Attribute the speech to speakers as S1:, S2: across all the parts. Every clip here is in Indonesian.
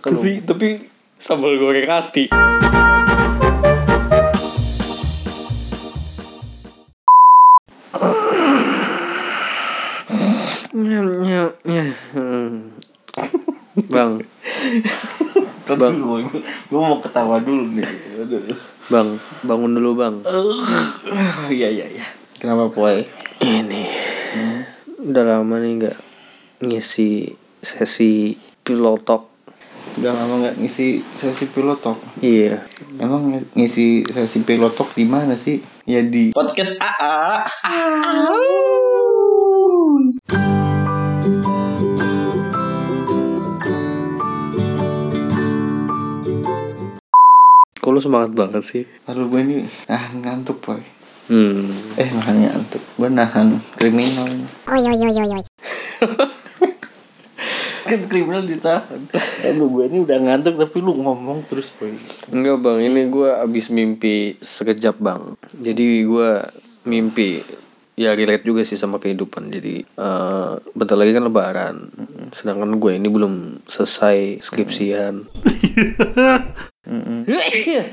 S1: Kalau
S2: tapi tapi sambal goreng hati bang
S1: bang, gue mau ketawa dulu nih. Aduh.
S2: bang bangun dulu bang
S1: Iya iya iya. Kenapa poy?
S2: ini udah lama nih nggak ngisi sesi pilotok
S1: Udah lama nggak ngisi sesi pilotok.
S2: iya
S1: Emang ng- ngisi sesi pilotok di mana sih? Ya di podcast AA.
S2: kok lu semangat banget sih
S1: Aduh gue ini ah ngantuk poy.
S2: hmm
S1: Eh nahan ngantuk. Gue nahan kriminal.
S3: Oi, oi, oi, oi, oi.
S1: Kan kriminal ditahan. Aduh gue ini udah ngantuk tapi lu ngomong terus poy.
S2: Enggak bang, ini gue abis mimpi sekejap bang Jadi gue mimpi Ya relate juga sih sama kehidupan Jadi eh bentar lagi kan lebaran Sedangkan gue ini belum selesai skripsian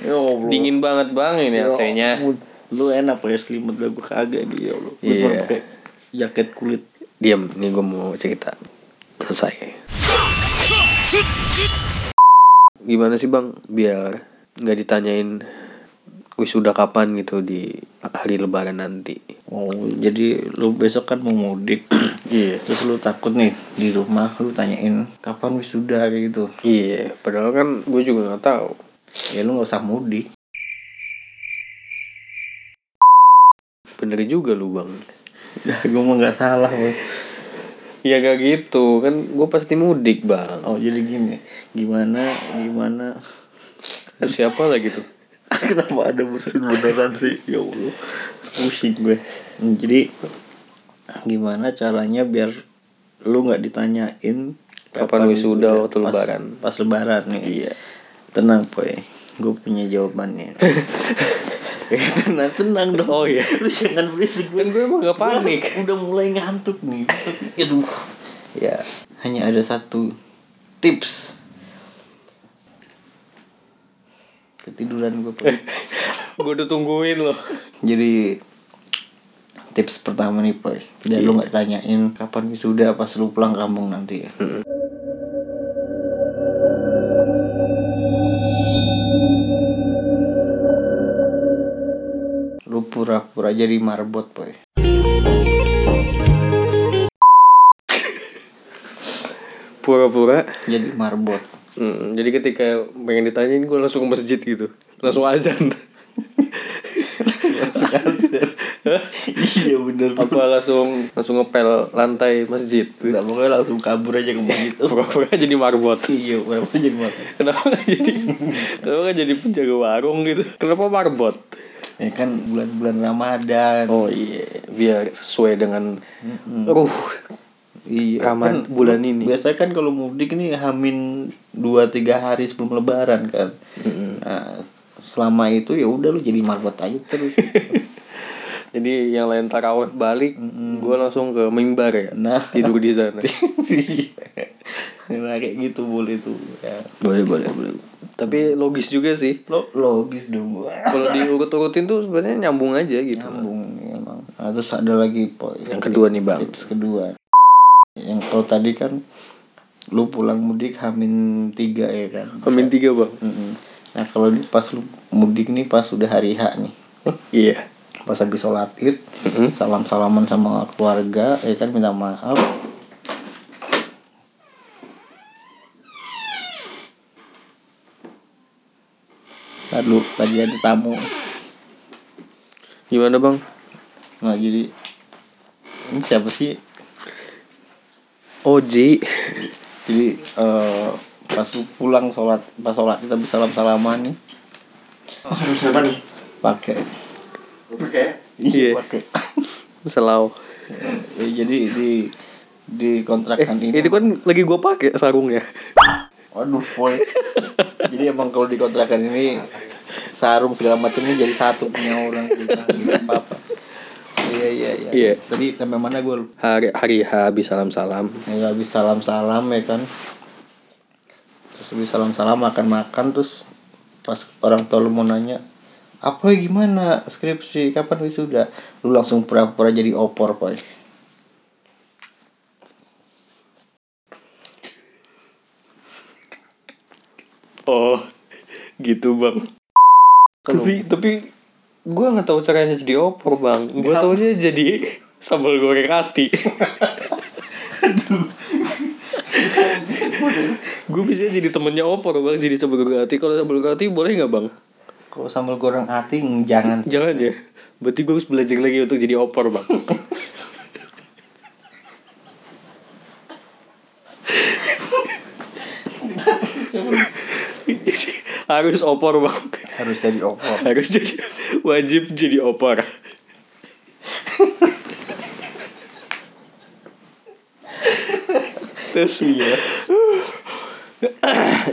S1: Yo, bro.
S2: Dingin banget bang ini
S1: Ya
S2: AC-nya
S1: ampun. Lu enak ya selimut lah gue kagak nih ya Allah. Gue
S2: Iya.
S1: cuma pakai jaket kulit.
S2: Diam, ini gue mau cerita Selesai Gimana sih bang, biar nggak ditanyain Wisuda kapan gitu di hari lebaran nanti
S1: Oh, jadi lu besok kan mau mudik.
S2: Iya
S1: Terus lu takut nih di rumah lu tanyain kapan wisuda kayak gitu.
S2: Iya, padahal kan gue juga nggak tahu.
S1: Ya lu nggak usah mudik.
S2: Bener juga lu bang.
S1: Ya gue mah nggak salah. Boy.
S2: Ya gak gitu, kan gue pasti mudik bang.
S1: Oh, jadi gini. Gimana gimana
S2: Terus siapa lagi tuh?
S1: kenapa ada bersin beneran sih? Ya Allah. Pusing gue. Hmm, Jadi gimana caranya biar lu nggak ditanyain
S2: Kapan wisuda waktu
S1: pas-
S2: lebaran?
S1: Pas lebaran nih. Iya. Tenang, Boy. Gue punya jawabannya. Eh, tenang, tenang dong.
S2: Oh, iya.
S1: Lu jangan berisik.
S2: Kan gue emang gak panik.
S1: Gua udah mulai ngantuk nih aduh ya hanya ada satu tips ketiduran gue
S2: gue udah tungguin loh.
S1: jadi tips pertama nih Poy biar lu nggak tanyain kapan wisuda pas lu pulang kampung nanti ya lu pura-pura jadi marbot Poy
S2: Pura-pura.
S1: jadi marbot
S2: Hmm, jadi ketika pengen ditanyain gue langsung ke masjid gitu, langsung azan.
S1: iya bener
S2: Apa langsung langsung ngepel lantai masjid?
S1: Nggak Nah, pokoknya langsung kabur aja ke masjid oh,
S2: Pura-pura jadi marbot.
S1: Iya berapa jadi marbot
S2: Kenapa gak jadi? kenapa gak jadi penjaga warung gitu? Kenapa marbot?
S1: Ya kan bulan-bulan Ramadan
S2: Oh iya, biar sesuai dengan ruh
S1: Iya kan
S2: Ramadhan bulan ini.
S1: Biasanya kan kalau mudik nih Hamin 2-3 hari sebelum lebaran kan Nah, Selama itu ya udah lu jadi marbot aja terus
S2: Jadi yang lain taraweh balik, gue langsung ke mimbar ya,
S1: Nah. iya.
S2: tidur di sana.
S1: Nah kayak gitu boleh tuh ya.
S2: boleh boleh boleh. Tapi logis juga sih.
S1: Lo logis dong gua
S2: Kalau diurut-urutin tuh sebenarnya nyambung aja gitu.
S1: Nyambung emang nah, Terus ada lagi poin
S2: Yang kedua nih bang,
S1: tips kedua yang kalau tadi kan lu pulang mudik hamin tiga ya kan
S2: amin tiga bang.
S1: Mm-mm. nah kalau di- pas lu mudik nih pas udah hari H nih
S2: Iya.
S1: pas habis sholat id salam salaman sama keluarga ya kan minta maaf Lalu tadi ada tamu
S2: Gimana bang?
S1: Nah jadi Ini siapa sih
S2: Oji.
S1: jadi eh pas lu pulang sholat pas sholat kita bisa salam salaman nih Oh, pakai ya?
S2: Iya.
S1: pakai
S2: Selau.
S1: Ya, jadi di di kontrakan
S2: Eh,
S1: ini
S2: itu kan lagi gue pakai sarungnya.
S1: waduh boy jadi emang kalau di kontrakan ini sarung segala macamnya jadi satu punya orang kita apa apa iya iya iya
S2: Iya.
S1: tadi sampai mana gue lupa
S2: Hari hari H habis salam salam.
S1: ya habis salam salam ya kan terus Sebelum salam-salam makan-makan terus pas orang tua lu mau nanya apa gimana skripsi kapan wisuda lu langsung pura-pura jadi opor poy
S2: Oh, gitu bang. Tapi tapi gue nggak tahu caranya jadi opor bang. Gue taunya jadi sambal goreng hati. gue bisa jadi temennya opor bang jadi sambal goreng hati. Kalau sambal goreng hati boleh nggak bang?
S1: kalau sambal goreng hati mm, jangan
S2: Jangan ya. Berarti gue harus belajar lagi untuk jadi opor bang. Jadi, harus opor bang.
S1: harus jadi opor
S2: Harus jadi wajib jadi opor. Terus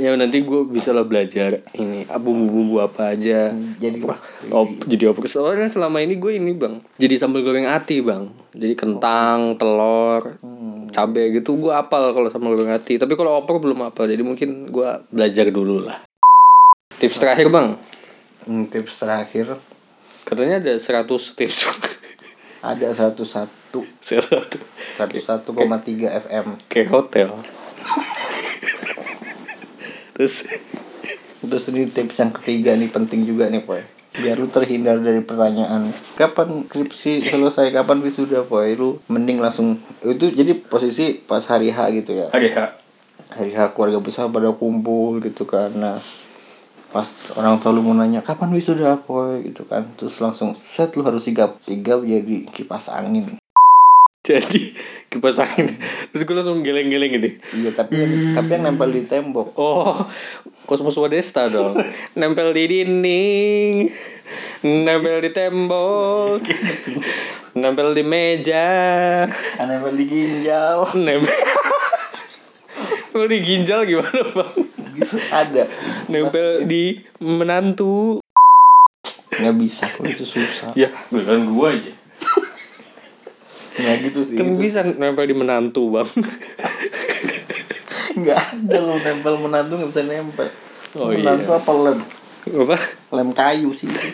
S2: ya nanti gue bisa lah belajar ini ah, bumbu-bumbu apa aja
S1: jadi
S2: Op, Oh, jadi opor soalnya nah, selama ini gue ini bang jadi sambal goreng ati bang jadi kentang telur cabe gitu gue apal kalau sambal goreng ati tapi kalau opor belum apal jadi mungkin gue belajar dulu lah tips terakhir bang
S1: Hmm, tips terakhir
S2: katanya ada 100 tips bang
S1: ada 101
S2: satu
S1: 101,3 FM
S2: kayak hotel terus
S1: terus ini tips yang ketiga nih penting juga nih poy biar lu terhindar dari pertanyaan kapan skripsi selesai kapan wisuda poy lu mending langsung itu jadi posisi pas hari H gitu ya
S2: hari H
S1: hari H keluarga besar pada kumpul gitu kan nah pas orang tua lu mau nanya kapan wisuda apa gitu kan terus langsung set lu harus sigap sigap jadi kipas angin
S2: jadi kipas angin terus gue langsung geleng-geleng gitu
S1: iya tapi yang, tapi yang nempel di tembok
S2: Oh, Kosmos Wadesta dong. Nempel di dinding, nempel di tembok, nempel di meja,
S1: yang nempel di ginjal
S2: nempel. Nempel di ginjal gimana bang?
S1: bisa Gitu, ada
S2: Nempel di menantu.
S1: nggak bisa kok itu susah
S2: Ya, bukan gua aja.
S1: ya gitu sih
S2: Kan
S1: itu.
S2: bisa nempel di menantu bang.
S1: nggak ada lu nempel menantu nggak bisa nempel
S2: Oh,
S1: menantu
S2: iya.
S1: apa lem
S2: Apa?
S1: lem kayu sih itu.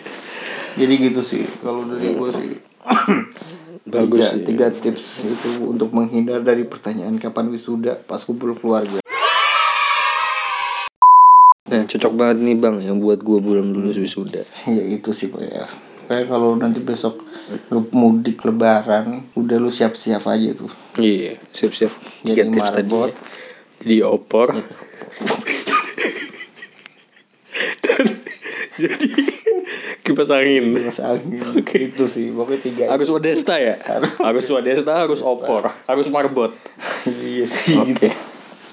S1: jadi gitu sih kalau dari gue sih
S2: Iya. Bagus. sih.
S1: tiga, tiga tips itu untuk menghindar dari pertanyaan kapan wisuda pas kumpul keluarga
S2: Nah, cocok banget nih bang yang buat gua belum lulus wisuda.
S1: ya itu sih Pak, ya kayak kalau nanti besok lu mudik lebaran udah lu siap-siap aja tuh
S2: Iya, siap-siap.
S1: Jadi
S2: Tiga tips tadi.
S1: marbot.
S2: ya. Jadi opor. Dan jadi kipas angin.
S1: mas angin itu sih pokoknya tiga
S2: Harus wadesta ya? Harus wadesta, harus opor, harus marbot.
S1: iya sih gitu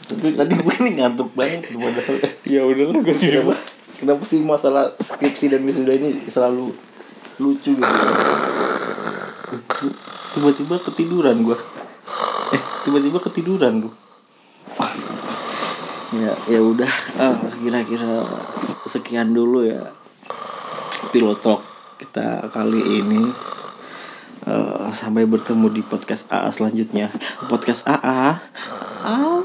S1: Tapi tadi gue ini ngantuk banget tuh padahal
S2: Ya udah lah gue
S1: kenapa, kenapa sih masalah skripsi dan wisuda ini selalu lucu gitu tiba-tiba ketiduran gua eh tiba-tiba ketiduran gua ya ya udah Ah, kira-kira sekian dulu ya pilot talk kita kali ini Eh, sampai bertemu di podcast AA selanjutnya podcast AA Au.